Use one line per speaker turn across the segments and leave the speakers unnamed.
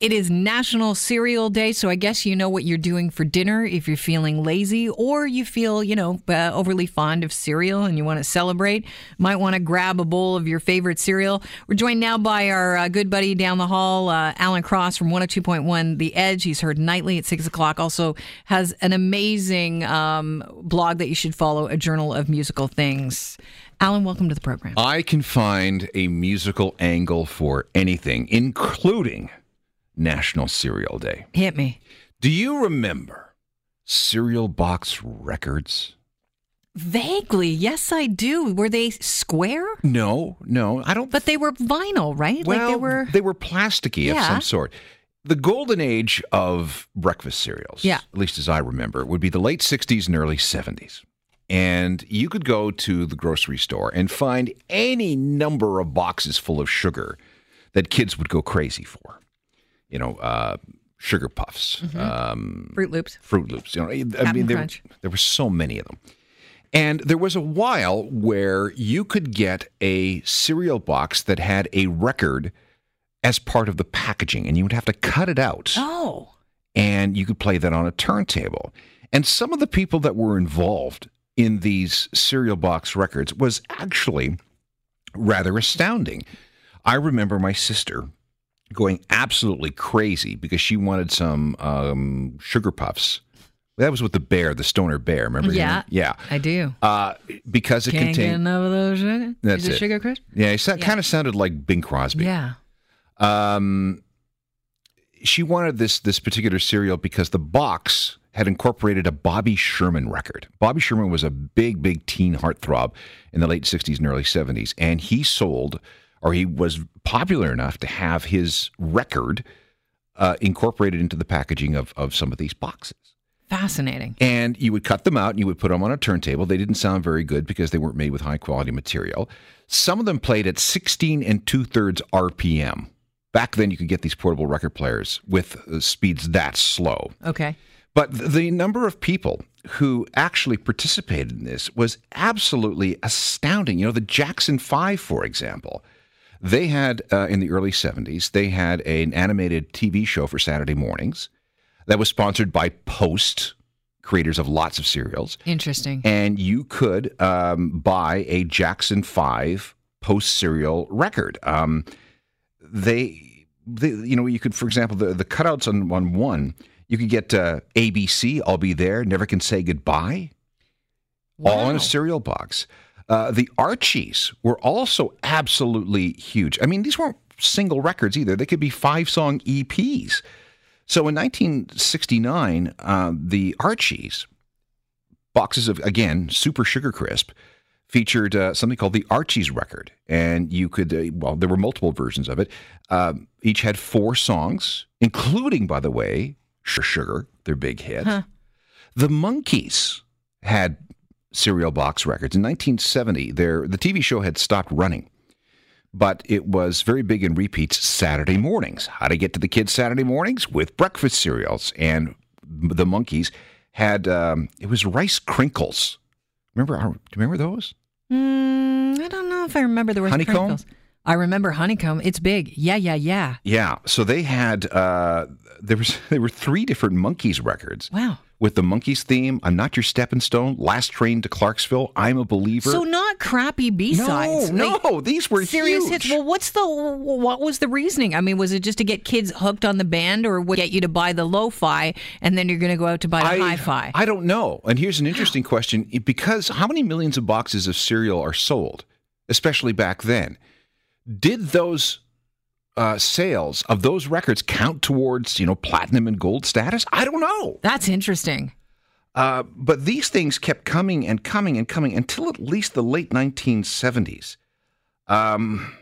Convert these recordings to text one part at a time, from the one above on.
It is National Cereal Day, so I guess you know what you're doing for dinner if you're feeling lazy or you feel, you know, uh, overly fond of cereal and you want to celebrate. Might want to grab a bowl of your favorite cereal. We're joined now by our uh, good buddy down the hall, uh, Alan Cross from 102.1 The Edge. He's heard nightly at 6 o'clock. Also has an amazing um, blog that you should follow, A Journal of Musical Things. Alan, welcome to the program.
I can find a musical angle for anything, including National Cereal Day.
Hit me.
Do you remember cereal box records?
Vaguely, yes, I do. Were they square?
No, no, I don't.
But they were vinyl, right?
well,
like they were.
plasticky of
Yeah.
some sort. The golden age of breakfast cereals,
Yeah.
at least as I remember, would be the late '60s and early '70s. And you could go to the grocery store and find any number of boxes full of sugar that kids would go crazy for. You know, uh, sugar puffs,
Mm-hmm.
um,
Fruit Loops.
Fruit Loops. You know, I mean, there,
Crunch.
there were so many of them. And there was a while where you could get a cereal box that had a record as part of the packaging, and you would have to cut it out,
Oh.
and you could play that on a turntable. And some of the people that were involved in these cereal box records was actually rather astounding. I remember my sister going absolutely crazy because she wanted some um, sugar puffs. That was with the bear, the stoner bear. Remember? him?
Yeah.
yeah.
I do.
Uh, because it
Can't get
contained.
enough of those sugar.
That's
Is it,
it.
Sugar Crisp?
Yeah, it kind of sounded like Bing Crosby.
Yeah.
Um, she wanted this this particular cereal because the box had incorporated a Bobby Sherman record. Bobby Sherman was a big, big teen heartthrob in the late '60s and early '70s, and he sold, or he was popular enough to have his record uh, incorporated into the packaging of of some of these boxes.
Fascinating.
And you would cut them out and you would put them on a turntable. They didn't sound very good because they weren't made with high quality material. Some of them played at 16 and two thirds RPM. Back then, you could get these portable record players with uh, speeds that slow.
Okay.
But th- the number of people who actually participated in this was absolutely astounding. You know, the Jackson Five, for example, they had uh, in the early 70s, they had an animated TV show for Saturday mornings that was sponsored by Post, creators of lots of cereals.
Interesting.
And you could um, buy a Jackson Five post serial record. Um, they, they, you know, you could, for example, the, the cutouts on, on one, you could get uh, ABC, I'll Be There, Never Can Say Goodbye, all
Wow.
in a cereal box. Uh, the Archies were also absolutely huge. I mean, these weren't single records either, they could be five song EPs. So in 1969, uh, the Archies, boxes of, again, Super Sugar Crisp, featured uh, something called the Archies record. And you could, uh, well, there were multiple versions of it. Um, each had four songs, including, by the way, Sh- Sugar, their big hit.
Huh.
The Monkees had cereal box records. In 1970, their, the TV show had stopped running. But it was very big in repeats Saturday mornings. How to get to the kids Saturday mornings with breakfast cereals. And the monkeys had, um, it was Rice Crinkles. Remember, do you remember those?
Mm, I don't know if I remember the word
Honeycomb?
Chronicles. I remember honeycomb. It's big. Yeah, yeah, yeah.
Yeah. So they had uh, there was there were three different monkeys records
Wow.
with the monkeys theme. I'm not your stepping stone. Last train to Clarksville. I'm a believer.
So not crappy B
no,
sides.
no, these were
serious
huge.
hits. Well, what's the what was the reasoning? I mean, was it just to get kids hooked on the band, or would it get you to buy the lo-fi, and then you're going to go out to buy the hi-fi?
I don't know. And here's an interesting question because how many millions of boxes of cereal are sold, especially back then? Did those uh, sales of those records count towards you know platinum and gold status? I don't know.
That's interesting.
Uh, but these things kept coming and coming and coming until at least the late 1970s. Um,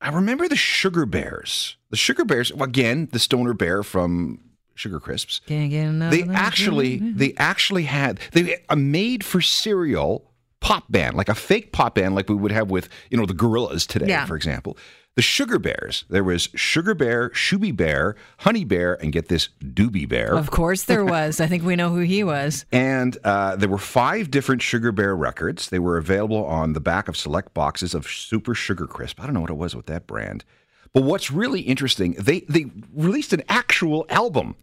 I remember the Sugar Bears. The Sugar Bears, well, again, the stoner bear from Sugar Crisps.
Can't get enough.
They
of those
actually,
good-
they actually had they a made for cereal pop band, like a fake pop band, like we would have with you know the Gorillas today,
Yeah.
for example. The Sugar Bears. There was Sugar Bear, Shooby Bear, Honey Bear, and get this Doobie Bear.
Of course, there was. I think we know who he was.
And uh, there were five different Sugar Bear records. They were available on the back of select boxes of Super Sugar Crisp. I don't know what it was with that brand. But what's really interesting, they, they released an actual album,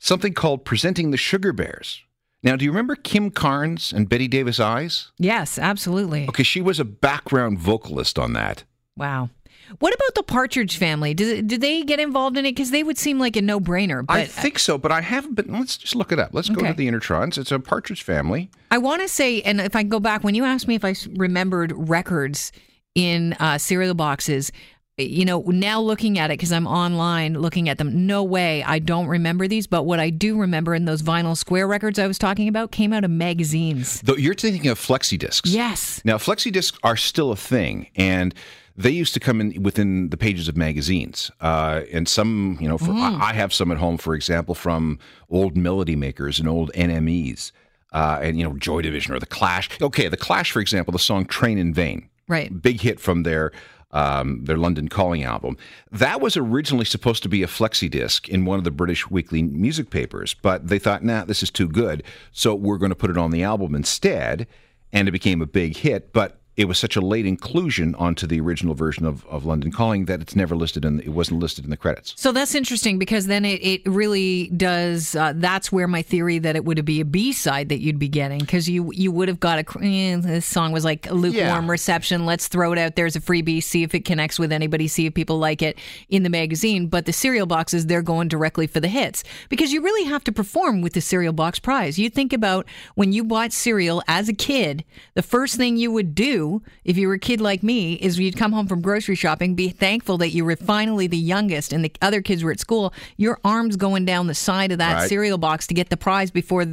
something called Presenting the Sugar Bears. Now, do you remember Kim Carnes and Betty Davis Eyes?
Yes, absolutely.
Okay, she was a background vocalist on that.
Wow. What about the Partridge Family? Did, did they get involved in it? Because they would seem like a no brainer.
I think so, but I haven't been. Let's just look it up. Let's go
Okay.
to the Intertrons. It's a Partridge Family.
I want to say, and if I go back, when you asked me if I s- remembered records in uh, cereal boxes, you know, now looking at it, because I'm online looking at them, no way I don't remember these. But what I do remember in those vinyl square records I was talking about came out of magazines.
Though you're thinking of flexi discs.
Yes.
Now, flexi discs are still a thing, and they used to come in within the pages of magazines. Uh, and some, you know, for, I, I have some at home, for example, from old melody makers and old NMEs, uh, and you know, Joy Division or the Clash. Okay, the Clash, for example, the song "Train in Vain."
Right.
big hit from their um, their London Calling album. That was originally supposed to be a flexi disc in one of the British weekly music papers, but they thought, nah, this is too good, so we're going to put it on the album instead, and it became a big hit. But it was such a late inclusion onto the original version of, of London Calling that it's never listed in it wasn't listed in the credits.
So that's interesting because then it, it really does. Uh, that's where my theory that it would be a B side that you'd be getting because you you would have got a cr- eh, this song was like a lukewarm
Yeah.
reception. Let's throw it out there as a freebie, see if it connects with anybody, see if people like it in the magazine. But the cereal boxes they're going directly for the hits because you really have to perform with the cereal box prize. You think about when you bought cereal as a kid, the first thing you would do if you were a kid like me is you'd come home from grocery shopping, be thankful that you were finally the youngest and the other kids were at school, your arms going down the side of that
Right.
cereal box to get the prize before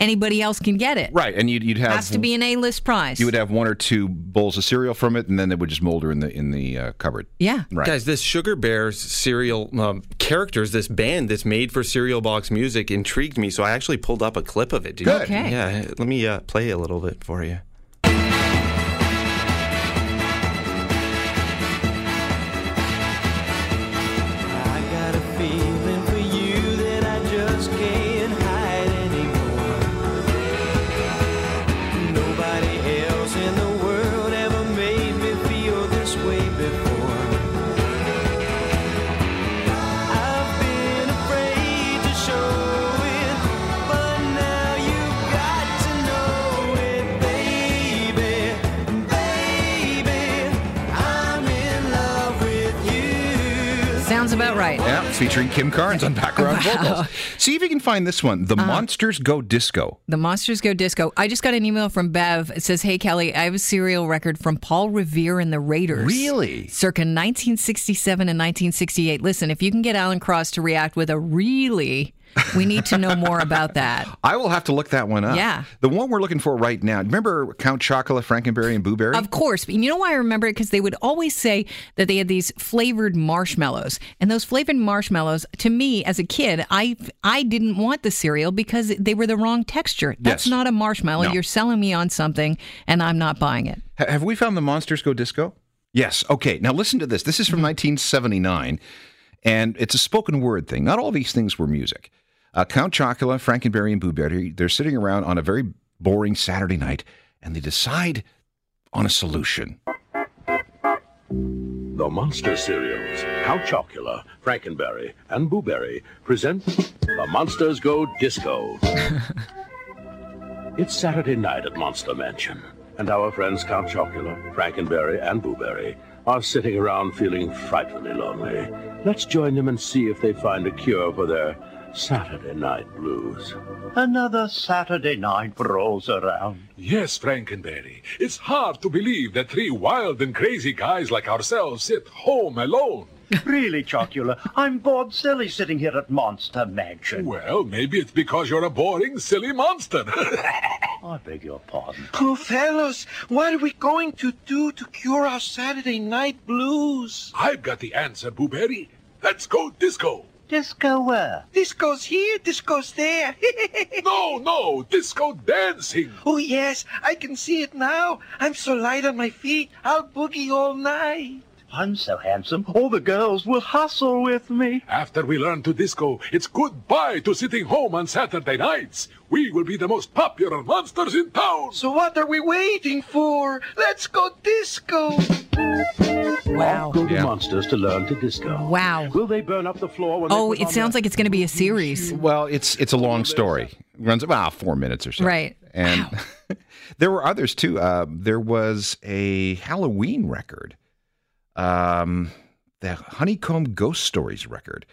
anybody else can get it.
Right, and you'd, you'd have
Has to be an A-list prize.
you would have one or two bowls of cereal from it, and then they would just molder in the in the uh, cupboard.
yeah.
Right.
Guys, this Sugar Bears serial um, characters, this band that's made for cereal box music, intrigued me. So I actually pulled up a clip of it. Did you-
Good.
Okay.
Yeah, let me uh, play a little bit for you.
I got a feeling for you that I just can't hide anymore. Nobody else in the world ever made me feel this way before. I've been afraid to show it, but now you've got to know it, baby. Baby, I'm in love with you.
Sounds about right.
Yeah, featuring Kim Carnes on background vocals. See if you can find this one.
Uh-huh.
The Monsters Go Disco.
The Monsters Go Disco. I just got an email from Bev. It says, Hey, Kelly, I have a serial record from Paul Revere and the Raiders.
Really?
Circa 1967 and 1968. Listen, if you can get Alan Cross to react with a really, we need to know more about that.
I will have to look that one up.
Yeah.
The one we're looking for right now. Remember Count Chocula, Frankenberry, and Booberry?
Of course. But you know why I remember it? Because they would always say that they had these flavored marshmallows. And those flavored marshmallows, to me as a kid, I I didn't want the cereal because they were the wrong texture. That's
Yes.
not a marshmallow.
No.
You're selling me on something, and I'm not buying it.
Ha- have we found The Monsters Go Disco? Yes. Okay. Now listen to this. This
Mm-hmm.
is from 1979, and it's a spoken word thing. Not all these things were music. Uh, Count Chocula, Frankenberry, and Booberry, they're sitting around on a very boring Saturday night, and they decide on a solution.
The Monster Cereals, Count Chocula, Frankenberry, and Booberry present The Monsters Go Disco. it's Saturday night at Monster Mansion, and our friends Count Chocula, Frankenberry, and Booberry are sitting around feeling frightfully lonely. Let's join them and see if they find a cure for their Saturday night blues.
Another Saturday night rolls around.
Yes, Frankenberry. It's hard to believe that three wild and crazy guys like ourselves sit home alone.
really, Chocula, I'm bored silly sitting here at Monster Mansion.
Well, maybe it's because you're a boring, silly monster.
I beg your pardon.
Oh, fellas, what are we going to do to cure our Saturday night blues?
I've got the answer, Booberry. Let's go disco.
Disco where?
This goes here, this goes there.
No, no, disco dancing.
oh, yes, I can see it now. I'm so light on my feet, I'll boogie all night.
I'm so handsome, all the girls will hustle with me.
After we learn to disco, it's goodbye to sitting home on Saturday nights. We will be the most popular monsters in town.
So what are we waiting for? Let's go disco.
Wow.
Off go the
Yeah.
monsters to learn to disco.
Wow.
Will they burn up the floor when
Oh,
they put
it
on
sounds
their-
like it's going to be a series.
Well, it's it's a long story. Runs about four minutes or so.
Right.
And there were others too. Uh, there was a Halloween record, um, the Honeycomb Ghost Stories record.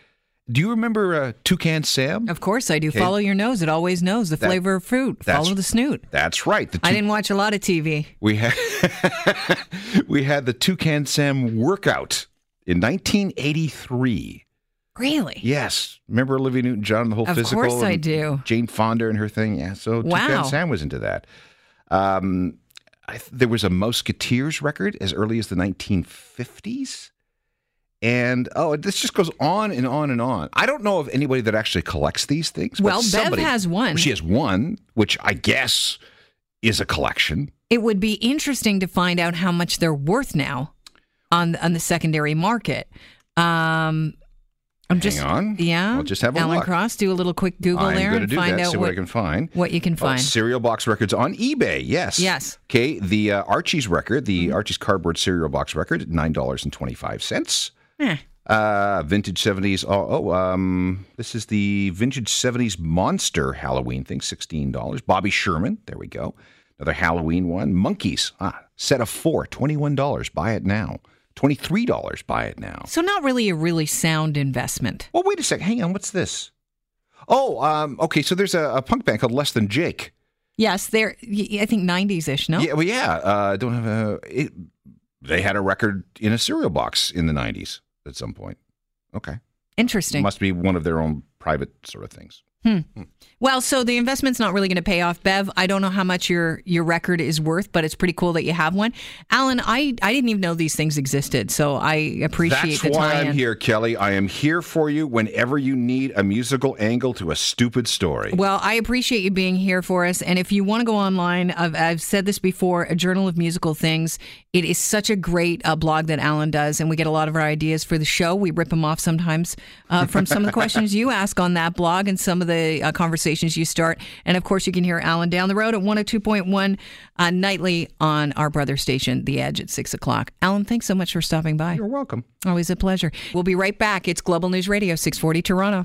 Do you remember uh, Toucan Sam?
Of course I do. Follow your nose. It always knows the
That-
flavor of fruit.
that's-
Follow the snoot.
That's right. The
I
tou-
didn't watch a lot of TV.
We had we had the Toucan Sam workout in 1983.
Really?
Yes, remember Olivia Newton-John, the whole
Of
physical.
course I
and
do.
Jane Fonda and her thing. Yeah, so
Wow.
Toucan Sam was into that. Um, I th- there was a Musketeers record as early as the 1950s, and oh, this just goes on and on and on. I don't know of anybody that actually collects these things. but
Well, Bev
somebody-
has one.
She has one, which I guess is a collection.
It would be interesting to find out how much they're worth now on on the secondary market. Um I'm just
on.
Yeah.
I'll just have a
Alan
look.
Cross, do a little quick Google
I'm
there
going to
and
do
find
that.
out
See
what,
what I can find.
what you can
Oh,
find.
cereal box records on eBay. Yes.
Yes.
Okay. The uh, Archie's record, the Archie's cardboard cereal box record, nine dollars and twenty-five cents.
Eh.
Uh, vintage seventies. Oh, oh, um, this is the vintage seventies monster Halloween thing. Sixteen dollars. Bobby Sherman. There we go. Another Halloween one. Monkeys. Ah, set of four. Twenty-one dollars. Buy it now. Twenty-three dollars. Buy it now.
So not really a really sound investment.
Well, wait a sec. Hang on. What's this? Oh, um, okay. So there's a, a punk band called Less Than Jake.
Yes, they're y- I think 90s ish, no?
Yeah, well, yeah. Uh, I don't have a. It, they had a record in a cereal box in the '90s at some point. Okay,
Interesting.
must be one of their own private sort of things.
Well, so the investment's not really going to pay off, Bev. I don't know how much your your record is worth, but it's pretty cool that you have one. Alan, I I didn't even know these things existed, so I appreciate
That's
the
why
time.
I'm here, Kelly. I am here for you whenever you need a musical angle to a stupid story.
Well, I appreciate you being here for us. And if you want to go online, I've, I've said this before a journal of musical things. It is such a great uh, blog that Alan does, and we get a lot of our ideas for the show. We rip them off sometimes uh, from some of the questions you ask on that blog and some of the uh, conversations you start. And of course, you can hear Alan down the road at 102.1 uh, nightly on our brother station, The Edge, at 6 o'clock. Alan, thanks so much for stopping by.
You're welcome.
Always a pleasure. We'll be right back. It's Global News Radio, 640 Toronto.